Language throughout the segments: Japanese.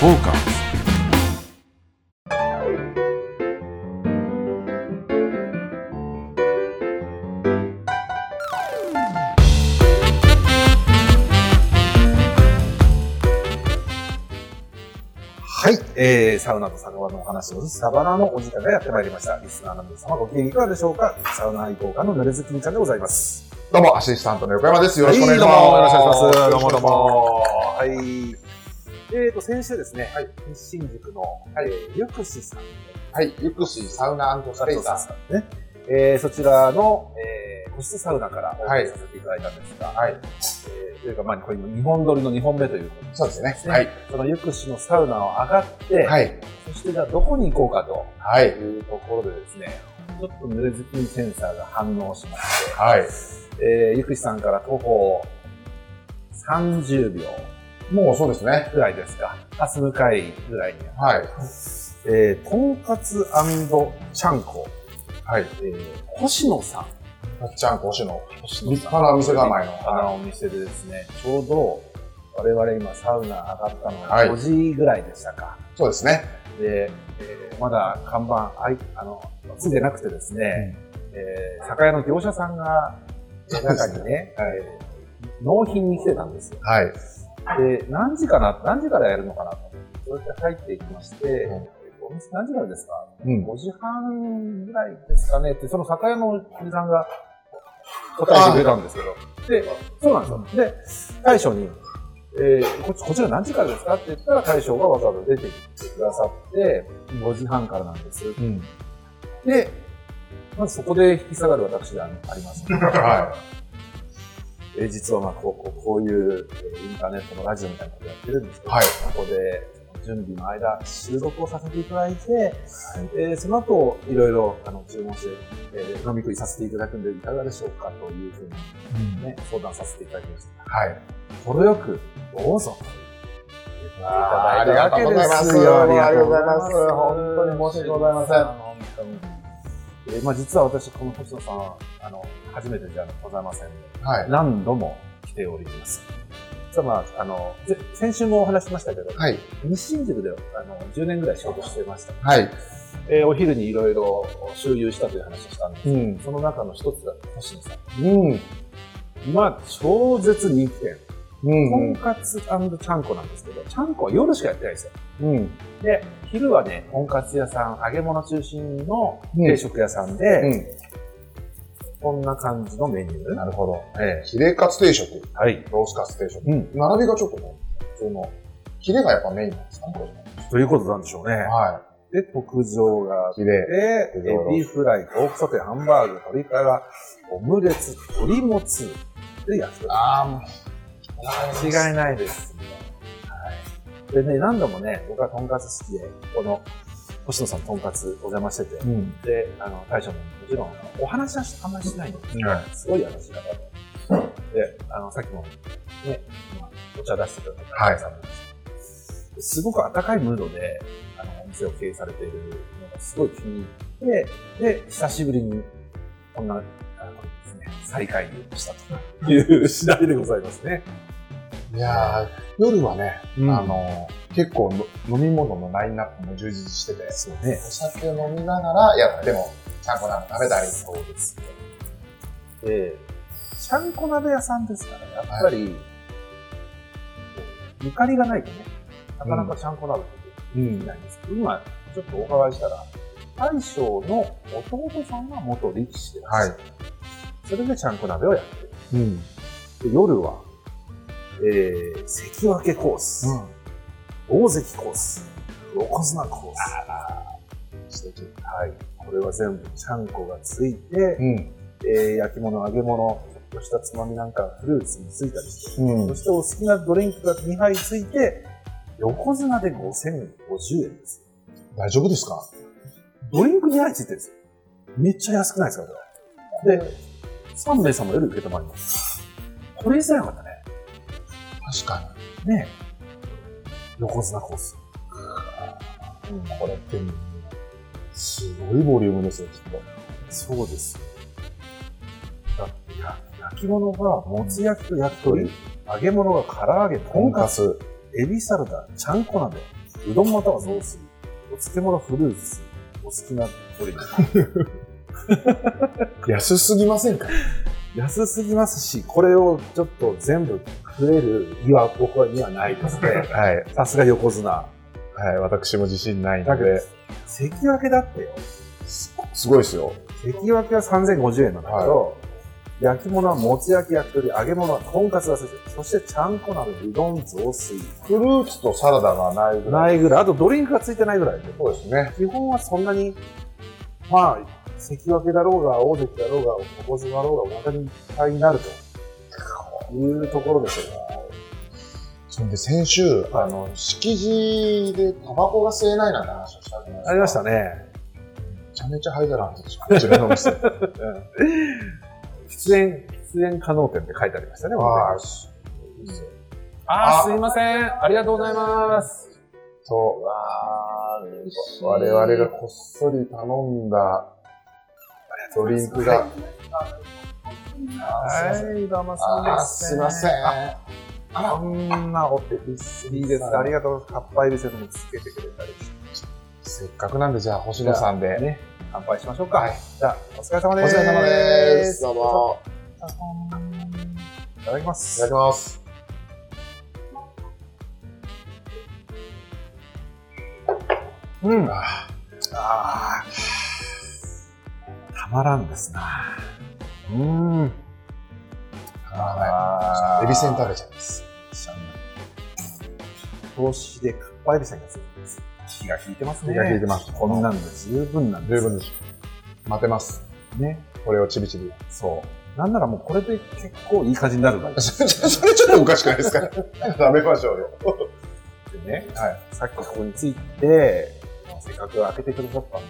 フォーカスはい、えー、サウナと酒場のお話をするサバナのお時間がやってまいりました。リスナーの皆様ご機嫌いかがでしょうかサウナ愛好家のぬれずきんちゃんでございます。どうも、アシスタントの横山です。よろしくお願いしはます。どうもよろしくお願いします。どうもどうも。はい。えーと、先週ですね、はい西新宿の、はいえー、ゆくしさんはい、ゆくしサウナスペーサさんね、えー、そちらの、えー、個室サウナからおは送いりさせていただいたんですが、ー。はい、えーというか、まあ、これ今2本撮りの2本目ということそうですね。はい、そのゆくしのサウナを上がって、はい、そしてじゃあどこに行こうかと。はいと、いうところでですね、ちょっと濡れずきセンサーが反応しましはて、い。えー、ゆくしさんから徒歩30秒もうそうですね。ぐらいですか、明日向かいぐらいに、はい、えー、とんかつちゃんこ、はい。えー、星野さん、たっちゃん講師の立派なお店構えの。立派なお店でですね、ちょうど我々今サウナ上がったのはいが5時ぐらいでしたか。そうですね。で、えーまだ看板あいあのついてなくてですね、えー酒屋の業者さんが中にね、えー納品に来てたんですよ。はい、で、何時かな、何時からやるのかなと思って、そうやって入っていきまして、んお店何時からですかうん。 ?5 時半ぐらいですかねって、その酒屋のおじさんが答えてくれたんですけど、で、そうなんですよ。で、大将に、えーこっち、こちら何時からですかって言ったら大将がわざわざ出てきてくださって、5時半からなんです。うん。で、まずそこで引き下がる私であります、ね。はえー実はまあこうこうこういうえーインターネットのラジオみたいなことやってるんですけど、はいここで準備の間収録をさせていただいて、えーその後いろいろあの注文して、えー飲み食いさせていただくんでいかがでしょうかというふうにい。ね相談させていただきましたはい。程よくどうぞと言っていただいたわけですよあーありがとうございますありがとうございます本当に申し訳ございません本当にえーまあ実は私この星野さんはあの初めてじゃございませんのではい。何度も来ております。実はまあ、あの、ぜ先週もお話ししましたけど、はい。西新宿であの10年ぐらい仕事してました。はい。えーお昼にいろいろ周遊したという話をしたんですけうんど、。その中の一つが星野さうん。ん。まあ、超絶人気店。うとんん。かつちゃんこなんですけど、ちゃんこは夜しかやってないんですよ。うん。で、昼はね、とんかつ屋さん、揚げ物中心の定食屋さんで、こんな感じのメニュー。なるほど。えヒレカツ定食、えはい。ロースカツ定食。うん。並びがちょっとね、普通の、ヒレがやっぱメインなんですかね、これねということなんでしょうね。はで、特上がい。ヒレ。で、でエビフライ、豆腐ソテー、ハンバーグ、鶏から、オムレツ、鶏もつ、で、焼き鳥。ああ、もう。違いないです。はい。でね、何度もね、僕はとんかつ好きで、この、星野さんとんかつお邪魔してて、うん。で、あの、大将ももちろん、お話はあんまりしないんですけどはすごい話し方で。で、あの、さっきも、ね、まあお茶出してくださった大将さんですすごく温かいムードで、あの、お店を経営されているのがすごい気に入って、で、久しぶりに、こんな、あのですね、再会をしたという次第でございますね。いやー夜はね、うんあのー、結構の飲み物のラインナップも充実してて、そうね。お酒飲みながらやっても、ちゃんこなんか食べたり。そうですね。で、ちゃんこ鍋屋さんですから、やっぱり、ゆかりがないとね、なかなかちゃんこ鍋ってうでき。ないんですけど、今、ちょっとお伺いしたら、大将の弟さんが元力士で、はい。それでちゃんこ鍋をやってるうん。。で夜は、えー、関脇コース、大関コース、横綱コース。素敵。はい。これは全部ちゃんこがついて、うん。えー焼き物、揚げ物、ちょっとしたつまみなんかフルーツについたりして、うそ。してお好きなドリンクが2杯ついて、横綱で5050円です。大丈夫ですかドリンク2杯ついてるんですよ。めっちゃ安くないですか、これ。で、3名様より受け止まります。これ以上なかったね。確かねえ横綱コース。に。うん、これって、すごいボリュームですよ、きっと。そうですよ。だってや、焼き物が、もつ焼きと焼き鳥、揚げ物が唐揚げ、とんかつ、つ。エビサラダ、ちゃんこ鍋、うどんまたは雑炊、お漬物フルーツ、お好きなドリンク。安すぎませんか安すぎますし、これをちょっと全部食えるには僕はにはないですね。はい。さすが横綱。はい。私も自信ないだのけどで。、関脇だってよ。すすごいですよ。関脇は3050円なんだけど、焼き物はもつ焼き焼き鳥、揚げ物はとんかつが先生。そしてちゃんこ鍋、うどん、雑炊。フルーツとサラダがないぐらい。ないぐらい、あとドリンクがついてないぐらいで。そうですね。基本はそんなに、まあ、関脇だろうが、大関だろうが、横綱だろうが、お腹にいっぱいになるというところですよね。そんで先週、あの、敷地でタバコが吸えないなんて話をしたじゃないですかありましためね。ちゃめちゃ灰皿なんですよ。自分の 店。出演、出演可能店って書いてありましたね、ああ、ああーすいません。ありがとうございます。そう。わあ我々がこっそり頼んだドリンクが。あーすいませんい、どうもあーすいません。こんなお手いいです。ありがとうございます。かっぱえびせんもつけてくれたりして。せっかくなんで、じゃあ、星野さんで。ね、乾杯しましょうか。はいじゃあ、お疲れ様おでーす。疲れ様です。。どうも。いただきまいすただ。きます。うん。ああーたまらんですな。うーん。あエビせん食べちゃいます。投資でかっぱえびせんがついてます。気が利いてますね。気が利いてますこんなんで十分なんで十す。分です。待てます。ね。これをちびちび。 そう。なんならもうこれで結構いい感じになるわけでそれちょっとおかしくないですか 食べましょうよ。すよね。はい。さっきここについて、せっかく開けてくださったんで、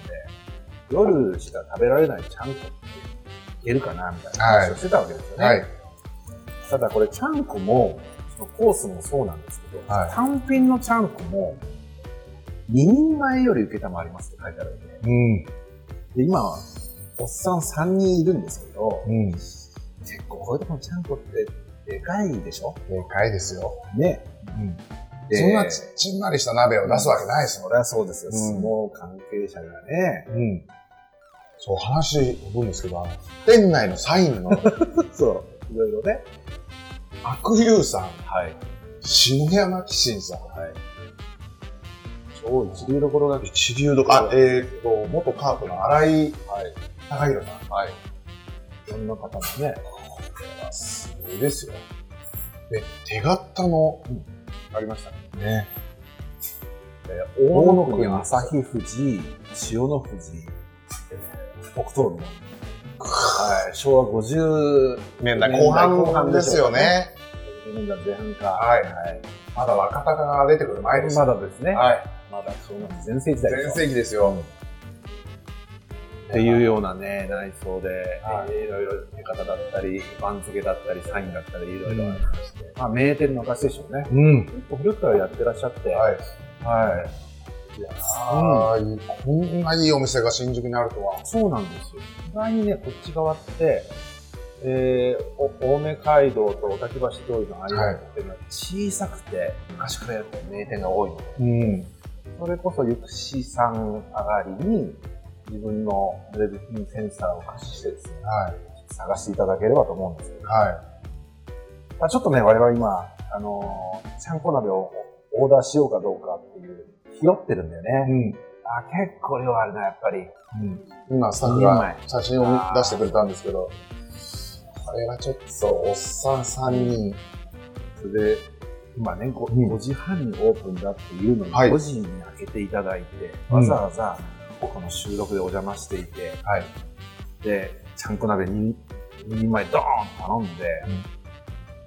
夜しか食べられないちゃんこっていけるかなみたいな話をしてたわけですよね。はい。ただこれちゃんこもそのコースもそうなんですけど、はい単品のちゃんこも2人前より受けたまりますって書いてあるんでうん。で今はおっさん3人いるんですけどうん。結構こういうとこのちゃんこってでかいでしょでかいですよ。ねうん。でそんなちちんなりした鍋を出すわけないですもんそりゃそうですよ、う相ん撲関係者がねうん。そう、話飛ぶんですけど、あの、店内のサイ ンのそういろいろね悪友さん、はい、下山紀信さん、はい、超一流どころが一流とか、あ、えっ、と、元カープの荒井高弘さん。はい。いろんな方もねすごいですよ。で、手形の、ありましたねね、大野国朝日富士、千代の富士、えー北東の、はい、昭和50年代後後半半でですすよよねね。年代前半か、はいまだ若鷹が出てくる前です。まだですね、はい。まだ昭和の全盛時代全ですよ盛期ですよ。っていうようなね、内装で、、はいろいろ出方だったり、番付だったり、サインだったり、いろいろうんありまして、まあ名店の証でしょうね。うん。結構古くからやってらっしゃって、はい。はい。いやーああ、いいこんないいお店が新宿にあるとは。そうなんですよ。意外にね、こっち側って、えー、お青梅街道と滝橋通りの間っていうのは小さくて、昔からやってる名店が多いので、うん。それこそゆくしさん上がりに、自分のレビューセンサーを貸ししてですね、は探していただければと思うんですけい。ど、はまあ、ちょっとね、我々今、あのー、ちゃんこ鍋をオーダーしようかどうかっていう、拾ってるんだよい。ね。ん。あ、結構量あるな、やっぱり。うん今、スタッフが写真を見出してくれたんですけど、これはちょっと、おっさん3人。それで、今ね5、うん5時半にオープンだっていうのに、はい5時に開けていただいて、うんわざわざ、この収録でお邪魔していて、はいで、ちゃんこ鍋 2, 人前ドーンと頼んで、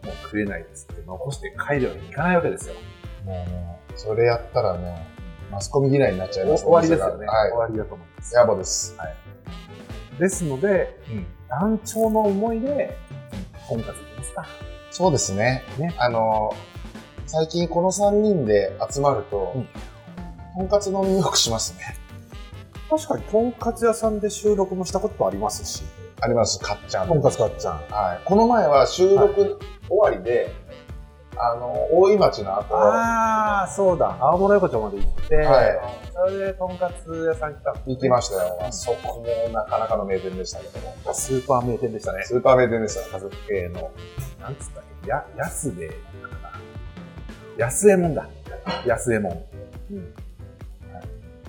もう食えないっつって残して帰るわけにいかないわけですよ。もうね、それやったらね、マスコミ嫌いになっちゃいおます終わりですよね。はい終。わりだと思います。やばです。ですので、うん。団長の思いで、とんかついきますか。そうですね。ねあの、最近この3人で集まると、うんとんかつ飲みよくしますね。確かに、とんかつ屋さんで収録もしたことありますし、あります、かっちゃん。とんかつかっちゃん。はい。この前は収録終わりで、あの、大井町の後、ああ、そうだ。青物横丁まで行って、はそれで、とんかつ屋さん行ったの行きましたよ。そこもなかなかの名店でしたけども。スーパー名店でしたね。スーパー名店でした。家族系の、なんつったっけ、や、安で、なんだかな安右衛門だ。安右衛門。うん。は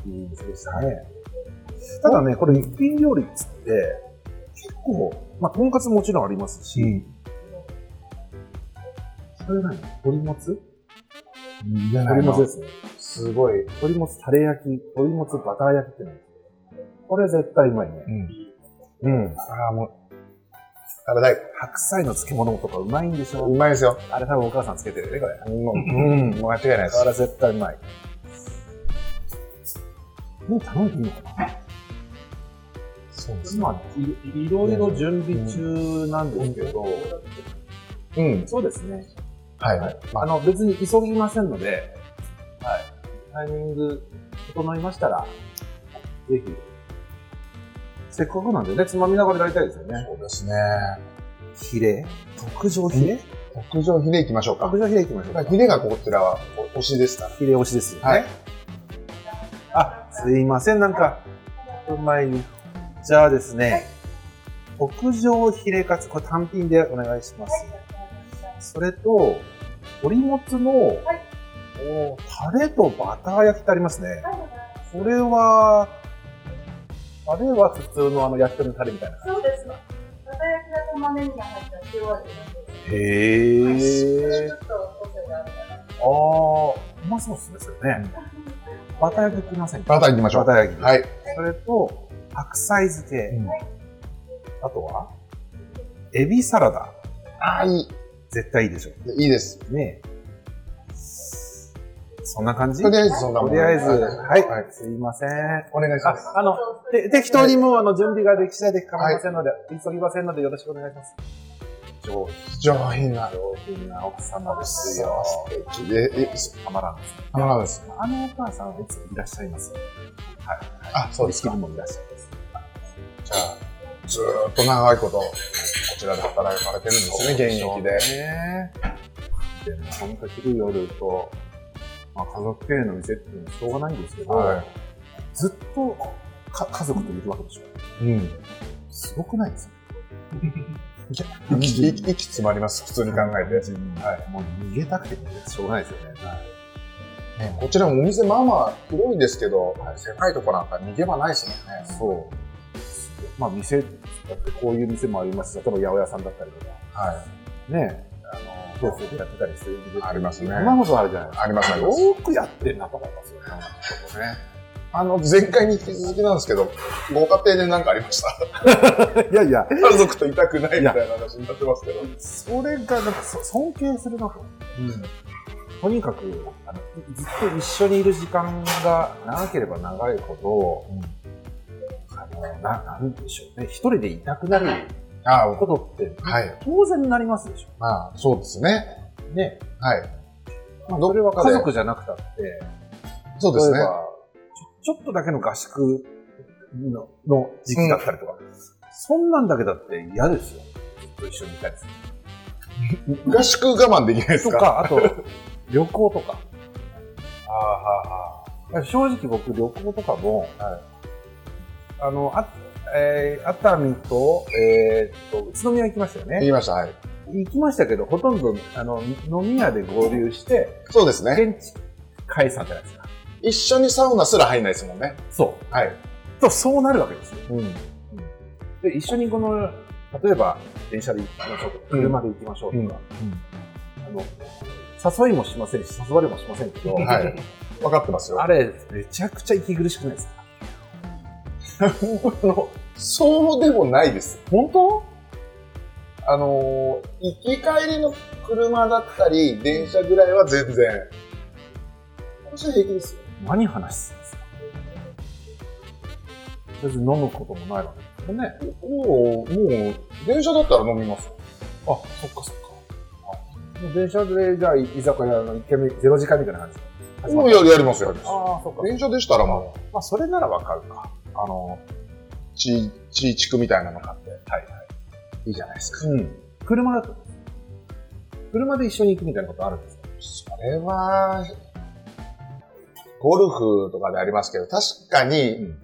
い。いい店でしたね。ただね、これ一品料理っつって、結構、まあ、とんかつもちろんありますし、それ何鶏もつじゃない鶏もつのですね。すごい。鶏もつタレ焼き、鶏もつバター焼きってのがあってこれ絶対うまいね。うん。ああ、もう、食べたい。白菜の漬物とかうまいんでしょうまいですよ。あれ多分お母さんつけてるよね、これ。うん、間違いないですあ。れ絶対うまい。もう頼んでいいのかなそうで今、いいろいろ準備中なんですけど、うん。そうですね。はいはい。まああ、の、別に急ぎませんので、はい。タイミング整いましたら、ぜひ。せっかくなんでね、つまみながらやりたいですよね。そうですね。ヒレ特上ヒレ特上ヒレ行きましょうか特。上ヒレいきましょうか。ヒレがこちらは推しですかヒレ推しですよね。ら。はい。あ、すいません、なんか、うまい。じゃあですね、特上ヒレカツ、これ単品でお願いします。それと、鶏もつの、おタレとバター焼きってありますね。これは、タレは普通のあの焼き鳥のタレみたいな。そうですね。たた焼きが玉ねぎが入った塩味なんへです。ーちょっと個性があるかな。あー、うまそうっすね、それね。バター焼きいきませんかバター行きましょうバター焼き。はい。それと、白菜漬け。うんあとは、エビサラダ。ああ、いい。絶対いいでしょいいです。う。ねそんな感じとりあえずそんなもとん。りあえず、はい、はいすいません。お願いします。あ、あの、で適当にもうあの準備ができ次第で構いませんので、急ぎませんのでよろしくお願いします。上上品な。上品な奥様ですよ。素敵で、え、そたまらんですね。たまらんです。あのお母さんはいつもいらっしゃいます。あ、そうですか。もいらっしゃいます。じゃあ、ずーっと長いこと、こちらで働かれてるんですね、現役で。ね。でも、本当昼夜と、まあ、家族経営の店っていうのはしょうがないんですけど、ずっとか家族といるわけでしょ。い。うん。すごくない ですか息、息息詰まります、普通に考えて。はい。もう逃げたくて逃げてしょうがないですよね。ねこちらもお店、まあまあ広いですけど、狭いとこなんか逃げ場ないですもんね。そう。まあ、店だってこういう店もありますし、例えば八百屋さんだったりとか、はね、い。あどうするやってたりするんでありますねそんなことあるじゃないですか。ありますありますよくやってんなと思いますよね。ね。あの、前回に引き続きなんですけど、ご家庭で何かありました いやいや、家族といたくないみたいな話になってますけど。それがなんかそ尊敬するなと。とにかくあのずっと一緒にいる時間が長ければ長いほど、あのななんでしょうね一人でいなくなるああ、ことってはい。当然になりますでしょまあ、そうですね。ね、はい。まあ、どそれはどっかで家族じゃなくたってそうですね例え。ばちょちょっとだけの合宿のの時期だったりとか、そんなんだけだって嫌ですよずっと一緒にいたりする 合宿我慢できないですとかかあと旅行とかああ、は正直僕旅行とかも、はあのあ、えー熱海と,、えーっと宇都宮行きましたよ言ねいました、はい。行きましたけどほとんどあの飲み屋で合流してそうですね。現地解散じゃないですか一緒にサウナすら入んないですもんね。そはい。うとそうなるわけですようん。で一緒にこの例えば電車で行きましょうとか車で行きましょうとか、あの誘いもしませんし誘われもしませんけど、はい。分かってますよ。あれめちゃくちゃ息苦しくないですかあのそうでもないです。 本当あのー、行き帰りの車だったり、電車ぐらいは全然。私は平気ですよ。何話すんですか別に飲むこともないわけですよね。もう、もう、電車だったら飲みます。あ、そっかそっか。もう電車で、じゃあ、居酒屋の1軒目、0時間みたいな感じですかもうややりますよ、やります。ああ、そっか。電車でしたらもまあ、それならわかるか。あの、う、ち、ち地区みたいなの買って。はい。はいいいじゃないですか。うん。車だと。車で一緒に行くみたいなことあるんですかそれは、ゴルフとかでありますけど、確かにん。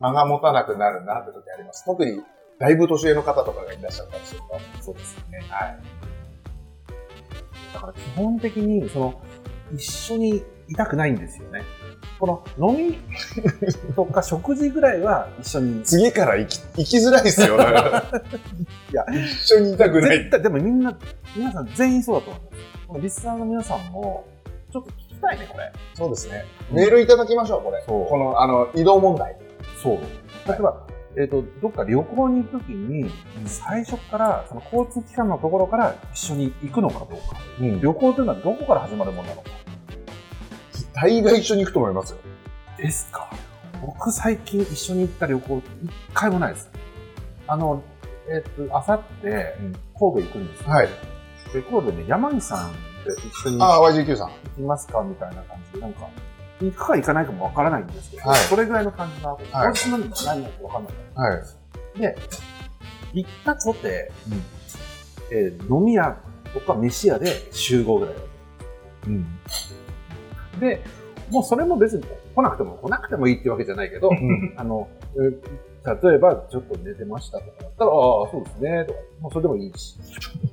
間が持たなくなるなって時あります。特に、だいぶ年上の方とかがいらっしゃったりすると。そうですよね。はい。だから基本的に、その、一緒にいたくないんですよね。この、飲みとか食事ぐらいは一緒に。次から行き、行きづ らいですよ。だからいや、一緒にいたくない絶。対、でもみんな、皆さん全員そうだと思います。このリスナーの皆さんも、ちょっと聞きたいね、これ。そうですね。メールいただきましょう、これ。そうこの、あの、移動問題。そう。例えば、えっ、と、どっか旅行に行くときに、最初から、その交通機関のところから一緒に行くのかどうか。うん旅行というのはどこから始まるものなのか。大概一緒に行くと思いますよ。ですか僕最近一緒に行った旅行、一回もないです。あの、えっ、と、あさって、神戸行くんですよ。はい。で、神戸ね、山岸さんで一緒に行ああ、YGQ さん。きますかみたいな感じで、なんか、行くか行かないかもわからないんですけど、はいそれぐらいの感じなわけです。はい当日何も何もわかんない。はい。で、行ったとて、うんえー飲み屋とか飯屋で集合ぐらいだったで、もうそれも別に来なくても来なくてもいいってわけじゃないけど、あの、えー例えばちょっと寝てましたとかだったら、ああ、そうですね、とか、もうそれでもいいし。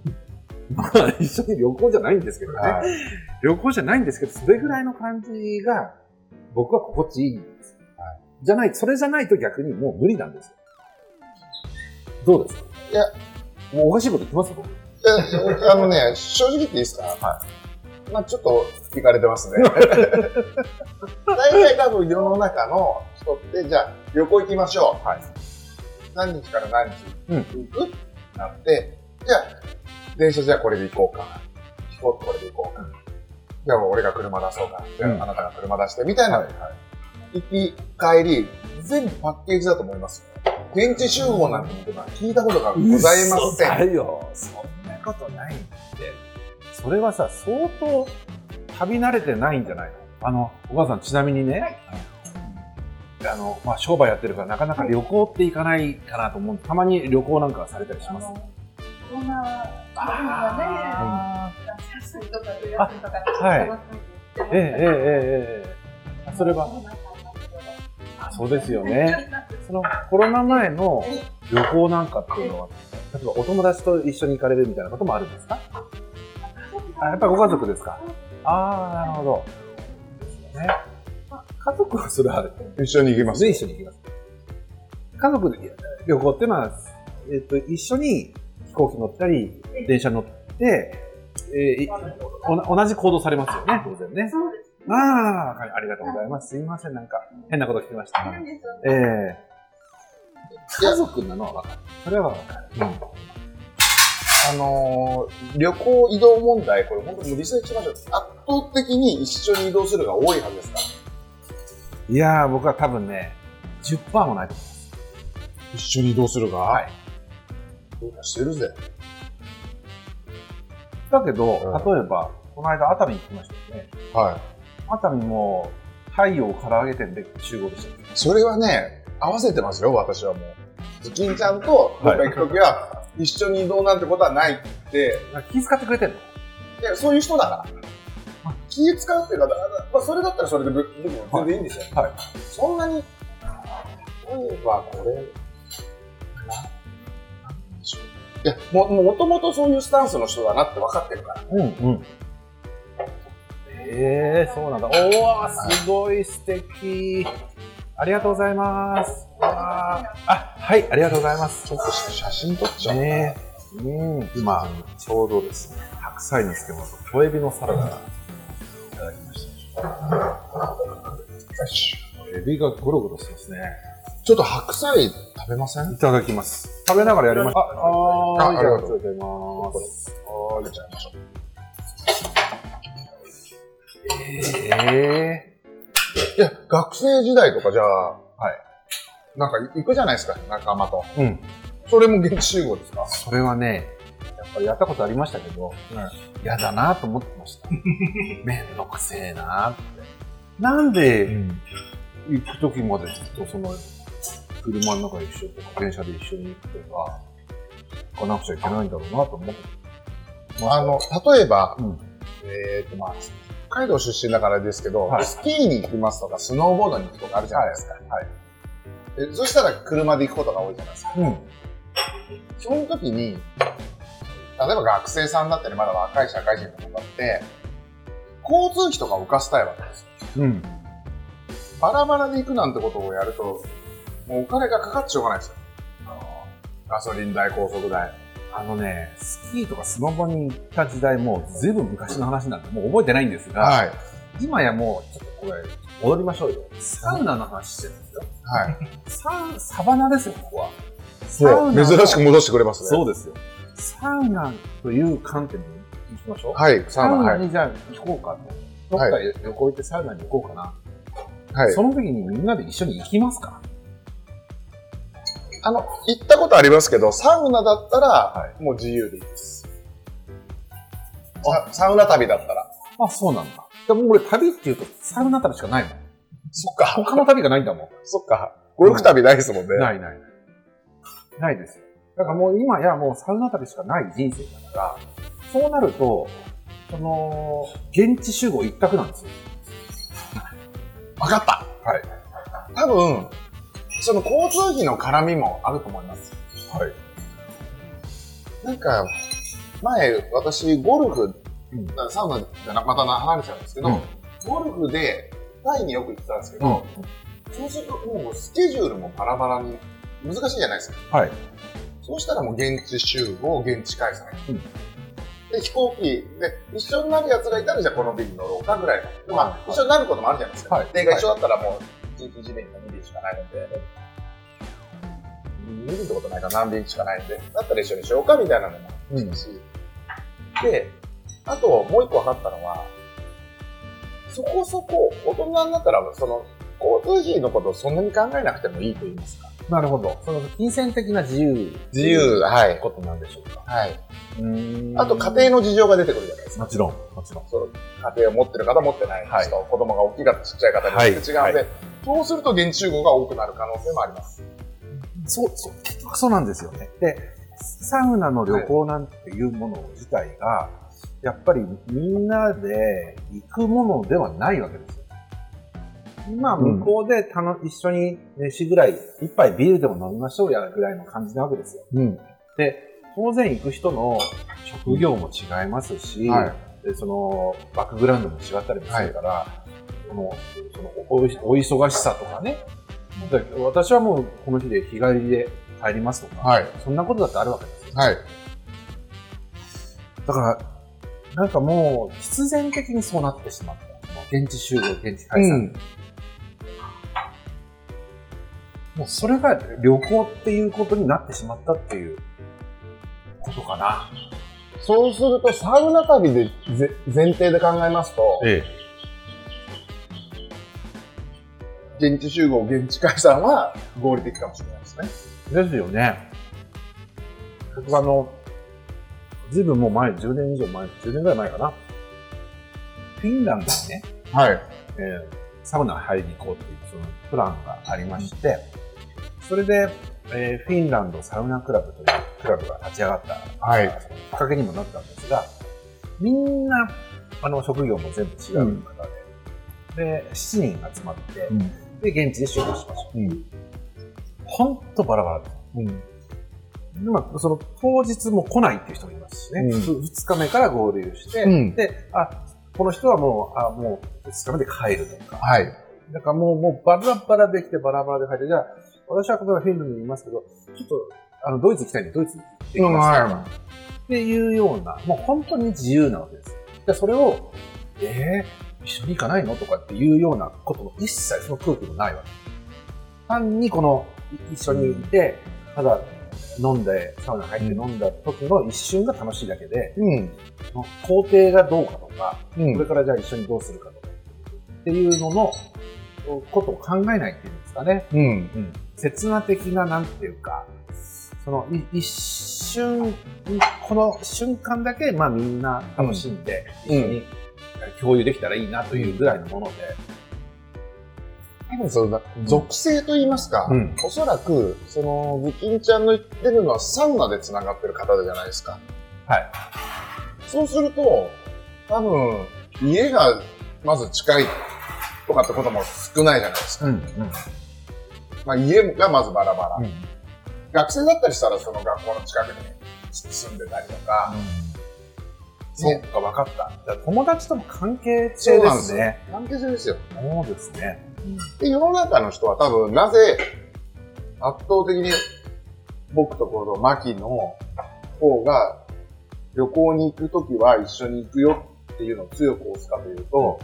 まあ、一緒に旅行じゃないんですけどね。はい。旅行じゃないんですけど、それぐらいの感じが、僕は心地いいんですよ。はいじゃない、それじゃないと逆にもう無理なんですよ。どうですかいや、もうおかしいこと言ってますよ、僕えあのね、正直言っていいですかはまあちょっと、行かれてますね。大体多分世の中の人って、じゃあ旅行行きましょはい。う。何日から何日うん行く、ってなって、じゃあ、電車じゃあこれで行こうか。飛行機これで行こうか。じゃあ俺が車出そうか。じゃあうんあなたが車出して、みたいな、はい行き、帰り、全部パッケージだと思いますよ。現地集合なんて言って聞いたことがございま嘘せん。だよ。そんなことないって。それはさ、相当旅慣れてないんじゃないのあの、お母さん、ちなみにね、あの、まあ、商売やってるから、なかなか旅行って行かないかなと思う。たまに旅行なんかはされたりしあます。のこんな、ああね、夏休みとか冬休みとか、はい楽しみに行ってえええええますえええあそれは、あそうですよね。そのコロナ前の旅行なんかっていうのは、例えばお友達と一緒に行かれるみたいなこともあるんですかあやっぱりご家族ですかああ、なるほど。ですよね。まあ家族はそれはある。一緒に行きます。随一緒に行きます。家族で旅行っていうのは、えっ、と、一緒に飛行機乗ったり、電車乗って、えーいおな同じ行動されますよね、当然ね。そうです。ああ、わかりありがとうございます。すいません、なんか変なこと聞きました。なんですよええ家族なのはわかる。それはわかる。あのー旅行移動問題、これ本当にリサーチしましょう。圧倒的に一緒に移動するが多いはずですかいら。やー、僕は多分ね、10%もないと思います。。一緒に移動するがはいどうかしてるぜ。だけど、う例えば、この間熱海行きましたよね。は熱海も、太陽唐揚げ店で集合でした。い。それはね、合わせてますよ、私はもう。ズキンちゃんと僕が行くときは、一緒に移動なんてことはないって、だから気遣ってくれてんのいやそういう人だから。気使うっていうか、だまあ、それだったらそれでぶ僕も全然いいんですよ。はい。そんなに、例えばこれ、ななんでしょう。いや、も、ももともとそういうスタンスの人だなって分かってるから。うんうん。ええそうなんだ。おわ、すごい素敵。ありがとうございます。わーあ、はい、ありがとうございます。ちょっと写真撮っちゃう。ねえうん、今、ちょうどですね、白菜の漬物と小エビのサラダがいただきました。エビがゴロゴロしてますね。ちょっと白菜食べませんいただきます。食べながらやりましょう。あああーありがありとうがとうございます。あげちゃいましょう。えいや、学生時代とかじゃあ、はい。なんか行くじゃないですか、仲間と。えうん。それも現地集合ですかそれはね、やっぱりやったことありましたけど、嫌、だなと思ってました。 めんどくせえなって。なんでん。行く時までずっとその、車の中で一緒とか、電車で一緒に行くとか、行かなくちゃいけないんだろうなと思って。あの、例えば、うんえっ、と、まあ、北海道出身だからですけど、はいスキーに行きますとか、スノーボードに行くとかあるじゃないですか。でそしたら車で行くことが多いじゃないですか。うん。その時に、例えば学生さんだったり、まだ若い社会人の方って、交通費とかを浮かせたいわけですよ。うん。バラバラで行くなんてことをやると、もうお金がかかっちゃうがないですよ。あのガソリン代、高速代。あのね、スキーとかスノボに行った時代もずいぶん昔の話なんで、もう覚えてないんですが、はい。今やもう、ちょっとこれ、戻りましょうよ。サウナの話してるんですよ。はい。サウ、サバナですよ、ここは。サそウう、ナの珍しく戻してくれますね。そうですよ。サウナという観点で行きましょう。はい、ササウウナ、はナい。にじゃあ行こうかと。どっか旅行行ってサウナに行こうかな。はい。その時にみんなで一緒に行きますかあの、行ったことありますけど、サウナだったらは、もう自由でいいです。ササウナ旅だったら。あ、そうなんだ。でも俺旅っていうとサウナ旅しかないもん。そっか、他の旅がないんだもん。そっか。ゴルフ旅ないですもんね。ないない。ないですよ。だからもう今やもうサウナ旅しかない人生だから、そうなると、その、現地集合一択なんですよ。わかった。はい。多分、その交通費の絡みもあると思います。はい。なんか、前、私、ゴルフ、うんなサウナじゃな、また離れちゃうんですけど、うんゴルフで、タイによく行ってたんですけうんど、。そうするともうスケジュールもバラバラに、難しいじゃないですか。はい。そうしたらもう現地集合、現地開催。うんで、飛行機で一緒になる奴がいたら、じゃあこの便に乗ろうかぐらいの。はいまあ、一緒になることもあるじゃないですか。はい例が一緒だったらもう、1日1便か2便しかないので、2便ってことないか何便しかないんで、だったら一緒にしようかみたいなのもあるし。で、あともう一個分かったのは、そこそこ大人になったら、その、交通費のことをそんなに考えなくてもいいと言いますか。なるほど。その金銭的な自由。自由、はい。ことなんでしょうか。はい。うんあと家庭の事情が出てくるじゃないですか。もちろん、もちろん。そう家庭を持ってる方持ってない人、はい子供が大きい方ちっちゃい方によって違うはのいで、そうすると現地集合が多くなる可能性もあります。そう、そう、結局そうなんですよね。で、サウナの旅行なんていうもの自体が、やっぱりみんなで行くものではないわけですよ。今、うん向こうでたの、一緒に飯ぐらい、一杯ビールでも飲みましょうやぐらいの感じなわけですよ。うん。で、当然行く人の職業も違いますし、はいでそのバックグラウンドも違ったりもするから、そのそのおお忙しさとかね、だから私はもうこの日で日帰りで帰りますとか、はい。そんなことだってあるわけですよ。はい。だから、なんかもう必然的にそうなってしまった。現地集合、現地解散。うんもうそれが旅行っていうことになってしまったっていうことかな。そうすると、サウナ旅でぜ前提で考えますと、え現地集合、現地解散は合理的かもしれないですね。ですよね。僕あの、ずいぶんもう前、10年以上前、10年ぐらい前かな。フィンランドにね、はい。えーサウナ入りに行こうっていうそのプランがありまして、それで、えーフィンランドサウナクラブというクラブが立ち上がった、はいそのきっかけにもなったんですが、みんな、あの、職業も全部違う方で、で、7人集まって、うん。で、現地で集合しましょう。うん。ほんとバラバラですうん。まあ、その当日も来ないっていう人もいますしね、うんふ二2日目から合流して、うんであこの人はもうあもう2日目で帰るとか、はい。だからもうもうバラバラできて、バラバラで帰って、じゃあ、私はここはフィンランドにいますけど、ちょっとあのドイツ行きたいんで、ドイツ行ってきます、はい。っていうような、もう本当に自由なわけです。でそれを、えー、一緒に行かないのとかっていうようなことも一切その空気もないわけ。単にこの、い一緒にいて、ただ飲んで、サウナ入って飲んだ時の一瞬が楽しいだけで、うん。その工程がどうかとか、うこれ。からじゃあ一緒にどうするかとか、っていうのの、ことを考えないっていうんですかね。うん。うん、刹那的ななんていうかそのい一瞬この瞬間だけ、まあ、みんな楽しんで、うん一緒に共有できたらいいなというぐらいのもので、多分その、属性と言いますか、うんおそらく、その、ズキンちゃんの言ってるのはサウナで繋がってる方じゃないですか。はい。そうすると、多分、家がまず近いとかってことも少ないじゃないですか。うん、まあ、家がまずバラバラ。うん。学生だったりしたら、その学校の近くに住んでたりとか、そうか、分かった。じゃあ友達との関係性ですね。関係性ですよ。そうですね。で、世の中の人は多分、なぜ、圧倒的に、僕とこのマキの方が、旅行に行くときは一緒に行くよっていうのを強く押すかというと、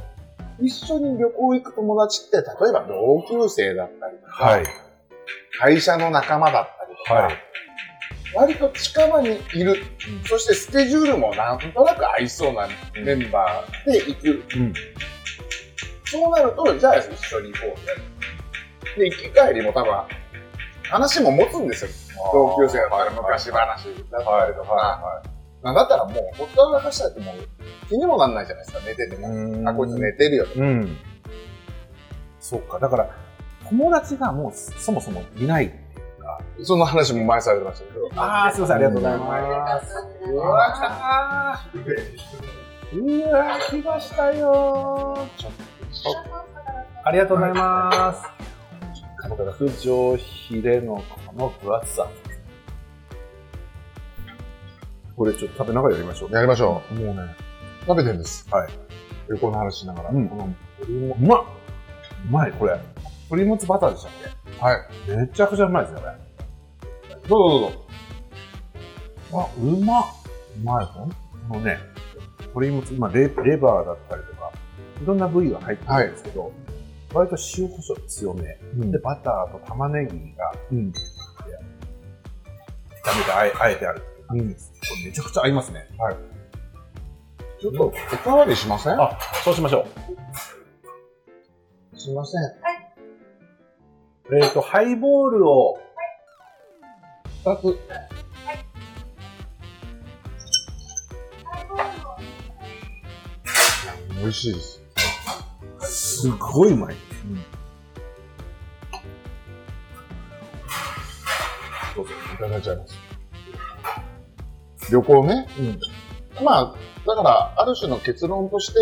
一緒に旅行行く友達って、例えば同級生だったりとか、はい。会社の仲間だったりとか、はい。割と近場にいる、うんそしてスケジュールもなんとなく合いそうなメンバーで行く。うんそうなると、じゃあ一緒に行こうね。で、行き帰りも多分、話も持つんですよ。同級生だったら昔話だったりとか、なんだったらもう、ほったらかしたってもう気にもなんないじゃないですか、寝てても。うんあ、こいつ寝てるよね。うん。そうか、だから、友達がもうそもそもいない。その話も前されてましたけど。ああ、すいません、ありがとうございます。うわーうわー来ましたよーちょっとありがとうございます。鎌倉九条ヒレのこの分厚さ。これちょっと食べながらやりましょう。やりましょもうね、う。食べてるんです。はい。旅行の話しながら。うんこのうまっうまい、これ。鶏もつバターでしたっはい。けめちゃくちゃうまいですね、これ。どうぞどうぞ。あ、うまっうまい、ほんこのね、鶏もつ、まあレ、レバーだったりとか、いろんな部位が入ってるんですけど、割と塩コショウ強め。で、バターと玉ねぎが、うんで炒めてあえあえてあるっていう感じです。これめちゃくちゃ合いますね。はい。ちょっと、おかわりしませんあそうしましょすいません。う。えっ、と、ハイボールを、二つ。美味しいです。すごいうまい。どうぞ、いただいちゃいます。旅行ね。まあ、だから、ある種の結論として、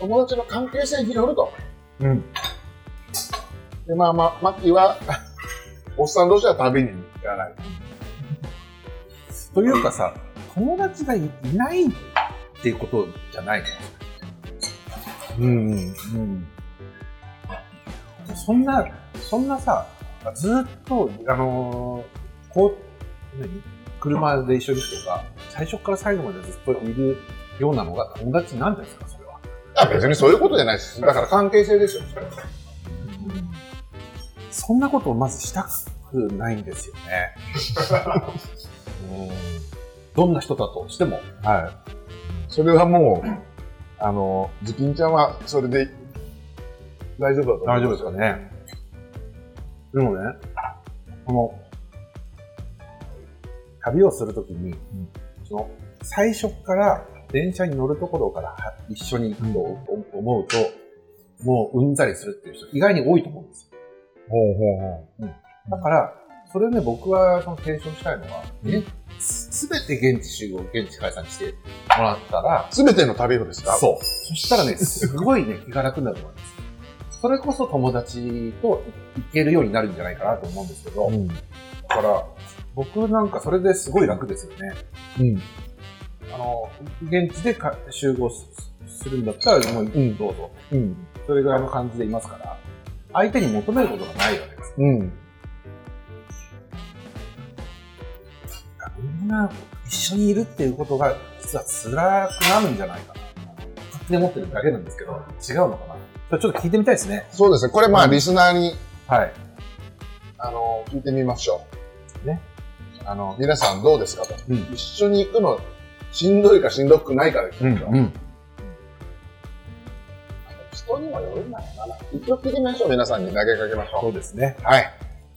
友達の関係性によると。うん。で、まあまあ、マッキーは、 おっさん同士は旅に行かない。というかさ、友達がいいないっていうことじゃないのうん、うん。うん。そんな、そんなさ、ずーっと、あのーこう、何車で一緒に行くとか、最初から最後までずっといるようなのが友達なんですか、それは。いや、別にそういうことじゃないです。だから関係性ですよ。それはそんなことをまずしたくないんですよね。うんどんな人だとしても。はい。それはもう、あの、ズキンちゃんはそれで大丈夫だと思う。大丈夫ですかね。でもね、この、旅をするときに、その、最初から電車に乗るところからは一緒に行くとお思うと、もううんざりするっていう人意外に多いと思うんですよ。ほうほうほだから、それをね、僕はその提唱したいのは、うんねすべて現地集合、現地解散してもらったらう。、すべての旅をですかそう。そしたらね、すごいね、気が楽になると思います。それこそ友達と行けるようになるんじゃないかなと思うんですけど、ん。だから、僕なんかそれですごい楽ですよね。うん。あの、現地でか集合すするんだったら、もう、んどうぞ。うん。それぐらいの感じでいますから、相手に求めることがないわけです。うん。みんな一緒にいるっていうことが、実は辛くなるんじゃないかな。勝手に思ってるだけなんですけど、違うのかな。それちょっと聞いてみたいですね。そうですね。これまあ、うんリスナーに、はい。あの、聞いてみましょう。ね。あの、皆さんどうですかと。うん一緒に行くの、しんどいかしんどくないかで聞くと。ん。人にもよるんだろうな。一応聞いてみましょう。皆さんに投げかけましそょうですね。う。はい。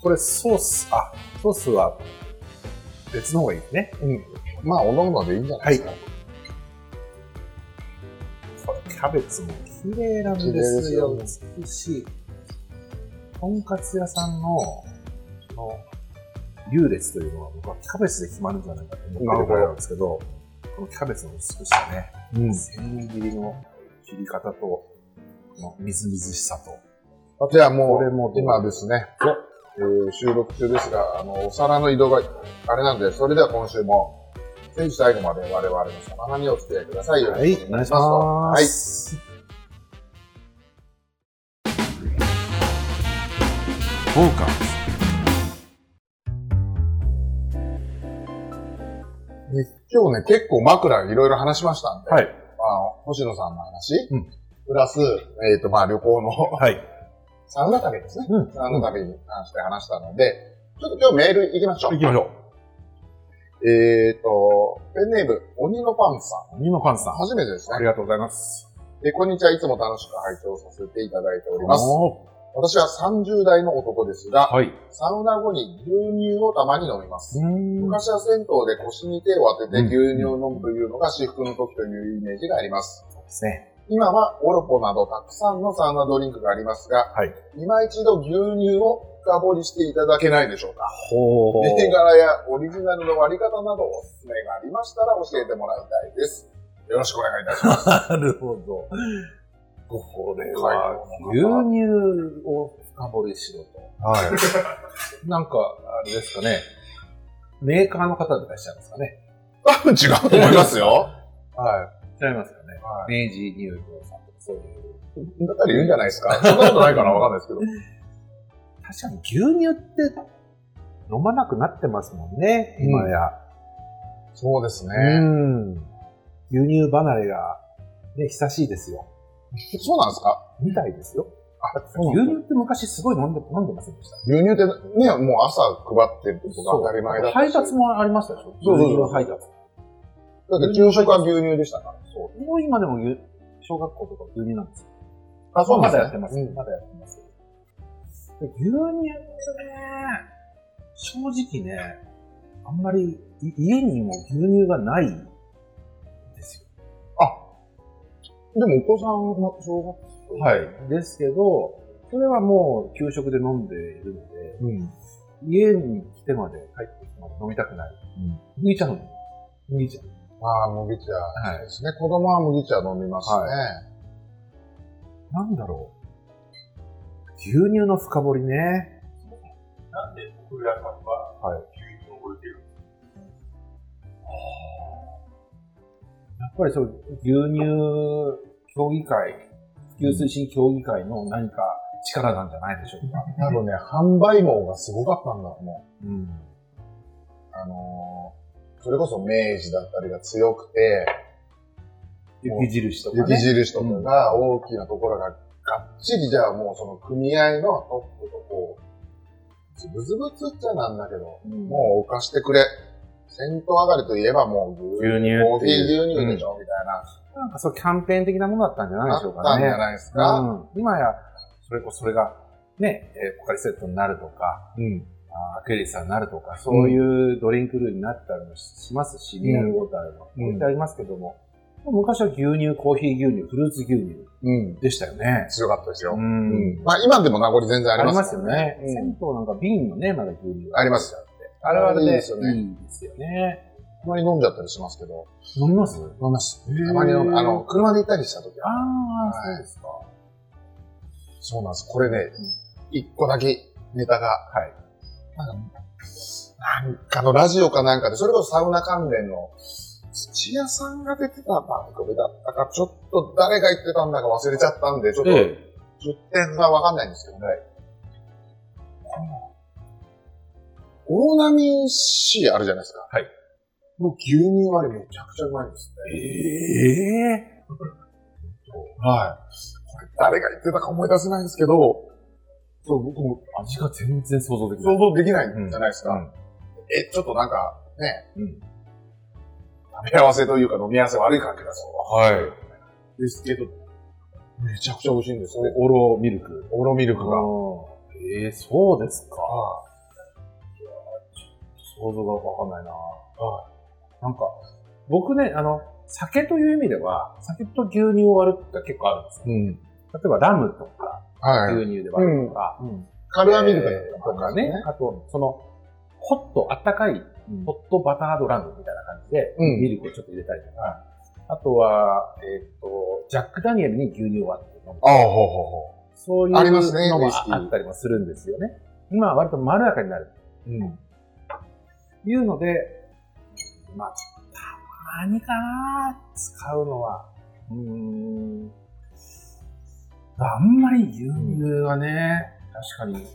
これソース、あ、ソースは別の方がいいですね。うん。まあ、おのおのでいいんじゃないですか。これキャベツも綺麗なんですよ。綺麗で美しい。とんかつ屋さんの、あの、優劣というのは僕はキャベツで決まるんじゃないかと思ってるぐらいなんですけど、このキャベツの美しさね、うん。千人切りの切り方と、このみずみずしさと、じゃあもこれう、もどう今ですね、えー収録中ですが、あの、お皿の移動があれなんで、それでは今週も、選手最後まで我々の魚にお付き合いくださいよ。はい、お願いします。はい。フォーカね今日ね、結構枕いろいろ話しましたんで、はいあの星野さんの話、うんプラス、えっ、と、まあ、旅行の はい。サウナ旅ですね。うんサウナ旅に関して話したので、ちょっと今日メール行きましょう。行きましょえっ、と、ペンネーム、鬼のパンツさん。う。ニノパンツさん。初めてですあねり。がとうございます。えこんにちは。いつも楽しく拝聴させていただいております。お私は30代の男ですが、ーはい。サウナ後に牛乳をたまに飲みます。ん昔は銭湯で腰に手を当てて牛乳を飲むというのが至福の時というイメージがあります。ですね。今はオロポなどたくさんのサウナドリンクがありますが、はい今一度牛乳を深掘りしていただけないでしょうか。ほ銘柄やオリジナルの割り方などおすすめがありましたら教えてもらいたいです。よろしくお願いいたします。なるほど。これは、牛乳を深掘りしろと。はい。なんか、あれですかね。メーカーの方でいらっしゃるんですかね。多分違うと思いますよ。はい。違いますかね。は明治乳業さんとかそういう。い。だったら言うん じゃないですか。そんなことないかなわかんないですけど。確かに牛乳って飲まなくなってますもんね、うん今や。そうですね。うん。牛乳離れが、ね、久しいですよ。 そうなんですかみたいですよ。あ牛乳って昔すごい飲んで、飲んでませんでした牛乳ってね、もう朝配ってることが当たり前だった配し。達もありましたでしょそうそうそう牛乳配達。だって昼食は牛乳でしたから。そもう今でも牛小学校とか牛乳なんですよ。あ、そうなんまでだすやねってます。うんまだやってます。で牛乳ってね、正直ね、あんまりい家にも牛乳がないんですでもお子さんの小よ。学はい。ですけど、それはもう給食で飲んでいるので、うん。家に来てまで帰ってきてまで飲みたくない。麦茶飲む。麦茶。ああ、麦茶。はい。ですね。子供は麦茶飲みますね。なんだろう。牛乳の深掘りね。なんで僕らさんははい。牛乳を置いてるやっぱりそう、牛乳協議会、牛推進協議会の何か力なんじゃないでしょうか。多分ね、販売網がすごかったんだろうね。うん。あのー、それこそ明治だったりが強くて、雪印とか雪ね。印とかが大きなところががっちりじゃあもうその組合のトップとこう、ズブズブつっちゃなんだけど、うんもう浮かしてくれ。銭湯上がりといえばもう牛牛乳っていうコーヒー牛乳でしょ、みたいな。なんかそう、キャンペーン的なものだったんじゃないでしょうあかったんじね。ゃないですか。うん。今や、それこそそれが、ね、えーポカリセットになるとか、あーアクエリスさんになるとか、そういうドリンク類になったりもしますし、んミネラルウォーターもうん置いてありますけども、昔は牛乳、コーヒー牛乳、フルーツ牛乳うん。でしたよね。強かったですよ。んうんまあ今でも名残全然あありりまますすもよんねね。。銭湯なんか瓶のね、まだ牛乳ありますよ。あれはね、いいいいでですすよよねね。いいですよね。たまに飲んじゃったりしますけど。飲みます飲みます。へーたまに飲む。あの、車で行ったりした時あは。あ、はそいうですか。そうなんです。これねうん、一個だけネタがはい。なんか、なんかのラジオかなんかで、それこそサウナ関連の土屋さんが出てた番組だったか、ちょっと誰が言ってたんだか忘れちゃったんで、ちょっと10え点がわかんないんですけどね。このオーナミン C あるじゃないですか。はい。の牛乳割りめちゃくちゃうまいんですね。ええはい。これ誰が言ってたか思い出せないんですけど、そう、僕も味が全然想像できない。想像できないんじゃないですか。うんえ、ちょっとなんか、ね、うん食べ合わせというか飲み合わせ悪い感じがすはい。る。ですけど、めちゃくちゃ美味しいんですよね。オロミルク。オロミルクが。ええそうですか。想像がわかんないな。はい。なんか、僕ね、あの、酒という意味では、酒と牛乳を割るって結構あるんですよ。うん。例えばラムとか、はい。牛乳で割るとか、カルアミルクとかね、あと、その、ホット、あったかいうんホットバタードラムみたいな感じで、うんミルクをちょっと入れたりとか、あとは、えっ、と、ジャックダニエルに牛乳を割って飲む。ああ、ほうほそういうありますねのウイスキがーあったりもするんですよね。今は割とまろやかになる。うほう。うん。いうので、まあ、たまにかな使うのは。うーん。あんまり牛乳はね、確かに、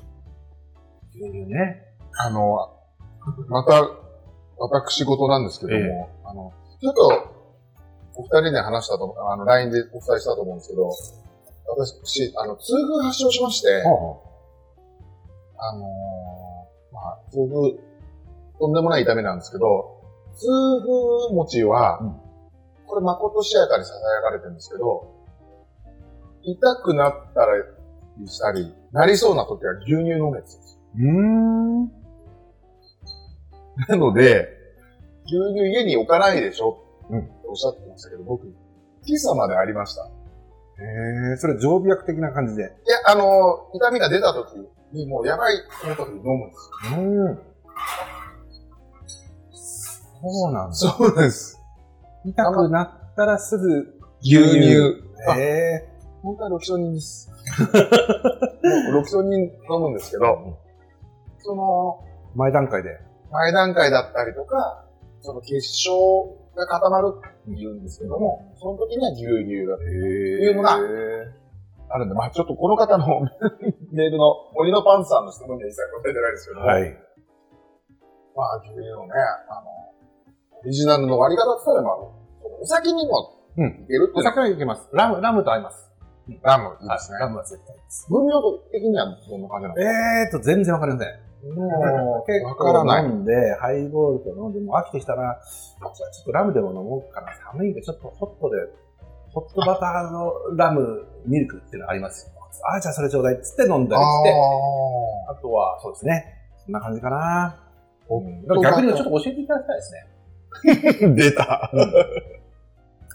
牛乳ね。あの、また、私事なんですけども、えあの、ちょっと、お二人で話したと思う、あの、LINE でお伝えしたと思うんですけど、私、あの、痛風発症しまして、あのーまあ、痛風、とんでもない痛みなんですけど、痛風持ちは、うんこれ誠しやかに囁かれてるんですけど、痛くなったりしたり、なりそうな時は牛乳飲めって言うんですうよーん。なので、牛乳家に置かないでしょうんっておっしゃってましたけど、僕、今朝までありました。いへえ、それ常備薬的な感じで。や、あの、痛みが出た時に、もうやばいと思った時に飲むんですうん。そうなんだ。よ。そうです。痛くなったらすぐ、牛乳。あへえ。本当はロキソニンです。もうロキソニン飲むんですけど、その、前段階で。前段階だったりとか、その結晶が固まるって言うんですけども、その時には牛乳がへえ。いうのがあるんで、まあちょっとこの方の メールの森のパンツさんの質問には一切答えてないですけど、はい。まあ牛乳のね、あの、オリジナルの割り方って言ったら、まあ、お酒にもういん。けるっておいうのは、酒はいけます。ラム、ラムと合います。ラムいいはですいね。ラムは絶対です。分量的にはどんな感じなんですかえーと、全然わかりません。もう、結わからな構い飲んで、ハイボールと飲んで、もう飽きてきたら、ちょっとラムでも飲もうかな。寒いんで、ちょっとホットで、ホットバターのラムミルクっていうのありますよ。あー、じゃあそれちょうだいっつって飲んだりして、ああとは、そうですね。そんな感じかな。ホうんだから逆にちょっと教えていただきたいですね。ー。出た。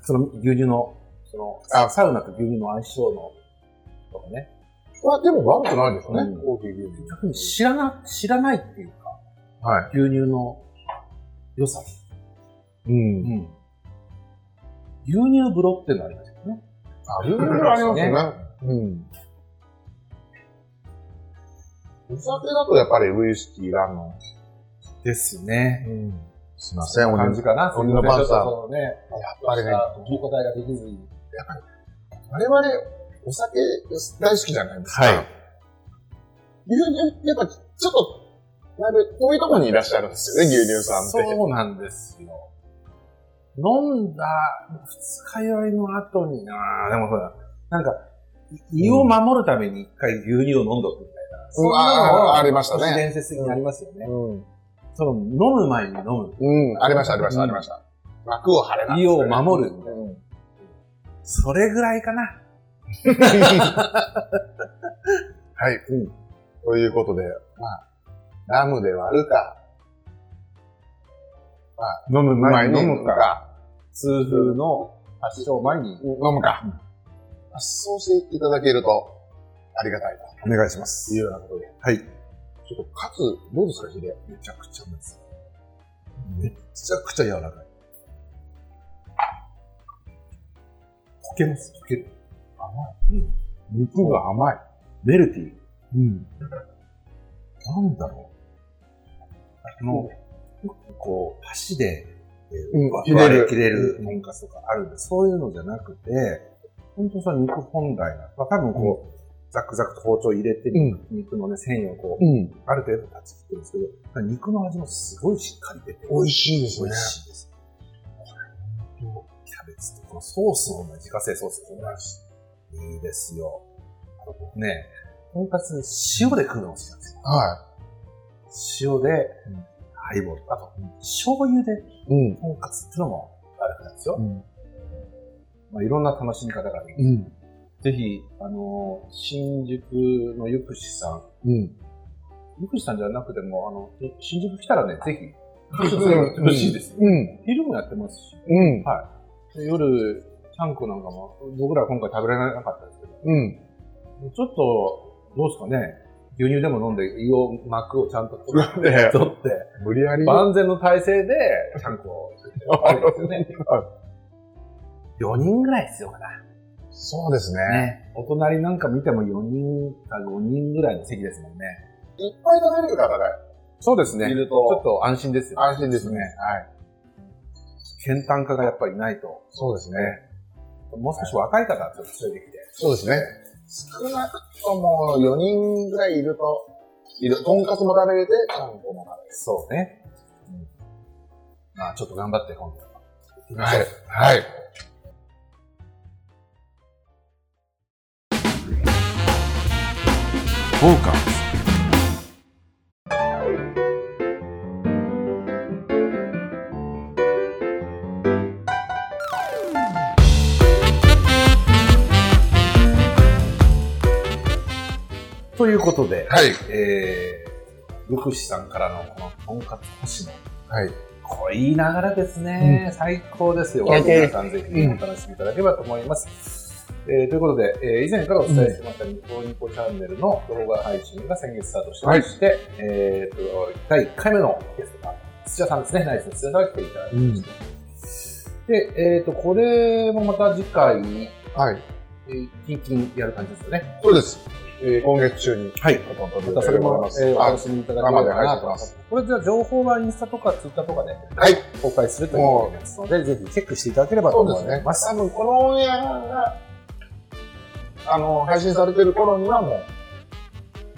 その牛乳の、その、あサウナと牛乳の相性の、とかね。 まあでも悪くないでしょうね、うんコーヒー牛乳。逆に知らな、知らないっていうか、はい。牛乳の良さ。うん。ん。牛乳風呂ってのありますよね。あ、牛乳はありますよね。うん。お酒だとやっぱりウイスキーラム。ですね。うん。すいません、お感感じじかな。鬼のパンサーそうね。やっあぱれりねね、。お答えができずに。我々、お酒大好きじゃないですか。はい牛乳、やっぱちょっと、だいぶ遠いところにいらっしゃるんですよね、牛乳さんって。そうなんですよ。飲んだ二日酔いの後にな、でもほら、なんか、い胃を守るために一回牛乳を飲んどくみたいな。そんなのあはありましたね都市伝説的にありますよね。うん。その、飲む前に飲む。うん、ありました、ありました、ありました。幕を張れな胃を守る。うん それぐらいかな。はい。うんということで、まあ、ラムで割るか、飲む飲む。か、痛風の発症前に飲むか、発想していただけるとありがたいお願いしまとすいうようなことで、はい。ちょっとカツ、どうですか、ヒデ。めちゃくちゃうまいです。めちゃくちゃ柔らかい。溶けます。溶ける。肉が甘い。メルティうん。なんだろーの、こう、箸で、えうーんわ切れる割切れるとんかつとかあるんで、そういうのじゃなくて、本当その肉本来な、まあ、多分こう、ザクザクと包丁入れて、うん肉のね、繊維をこう。う、うん。ある程度断ち切ってるんですけど、だから肉の味もすごいしっかり出て、美味しいです美ね味。しいです。これ本当キャベツとこのソースもね、自家製ソースですね。いいですよ。あと僕ね、とんかつ塩で食うのが好きなんですよ。は塩で、ハイボール。あと、醤油でい。うん。とんかつってのも悪くないですよ。うんまあ、いろんな楽しみ方がある。うん。ぜひ、あのー新宿のゆくしさん、うん。ゆくしさんじゃなくても、あの、新宿来たらね、ぜひ、うん欲しいですよ。うん。昼もやってますし、うん。で夜、ちゃんこなんかも、僕ら今回食べられなかったんですけど、うん。ちょっと、どうですかね、牛乳でも飲んで胃を膜をちゃんと取 っねて、取って無理やり。万全の体制で、ちゃんこあるんですよね。4人ぐらい必要かな。そうですね。ね。お隣なんか見ても4人か5人ぐらいの席ですもんね。いっぱい食べる方がそうですね。いるとちょっと安心ですよ。安心ですね。はい。健単化がやっぱりないと。そうですね。もう少し若い方はちょっと連れてきて。そうですね。少なくとも4人ぐらいいると、いるとんかつも食べれて、ちゃんこも食そうね。うんまあちょっと頑張って今度。べれて。はい。はい。そうか。ということで、はい。えー、福士さんからのこのとんかつ星の、はい。これいい流れですね。最高ですよ。最高で皆すさんぜひお楽しみいただければと思います。えーということで、えー以前からお伝えしてましたニコニコチャンネルの動画配信が先月スタートしてまして、えーと、第1回目のゲストが土屋さんですね。ナイスの土屋さんが来ていただいてまして。で、えーと、これもまた次回に、はい。えーキンキンやる感じですよね。そうです。えー今月中に。はい。ほとんどまたそれも、えー、おあ楽しみいただければなと思いま生で配信しますす。これじゃあ情報はインスタとかツイッターとかではい。公開するということですので、ぜひチェックしていただければとそうで思すいね。ます。多分このオンエアが、あの、配信されてる頃にはも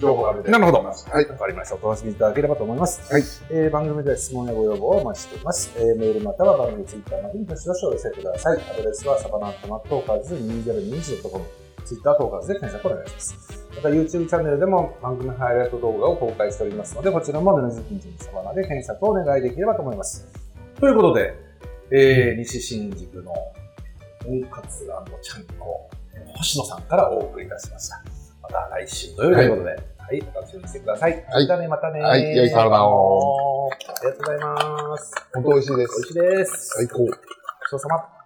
う、情報が出てなるほど。ます。はい。わかりました。お楽しみいただければと思います。はいえー番組では質問やご要望をお待ちしています。えーメールまたは番組ツイッターまでにどしどしお寄せください。アドレスはサバナットマットーカーズ 2021.com。ツイッタートーカーズで検索お願いします。また YouTube チャンネルでも番組ハイライト動画を公開しておりますので、こちらもヌズキンジンサバナで検索をお願いできればと思います。ということで、えー西新宿のとんかつちゃんこ、星野さんからお送りいたしました。また来週土曜日ということで、はい、お楽しみにしてください。はいまたね、またね。はい良い体を。ありがとうございます。本当美味しいで美味す。しいです。最高。ごちそうさま。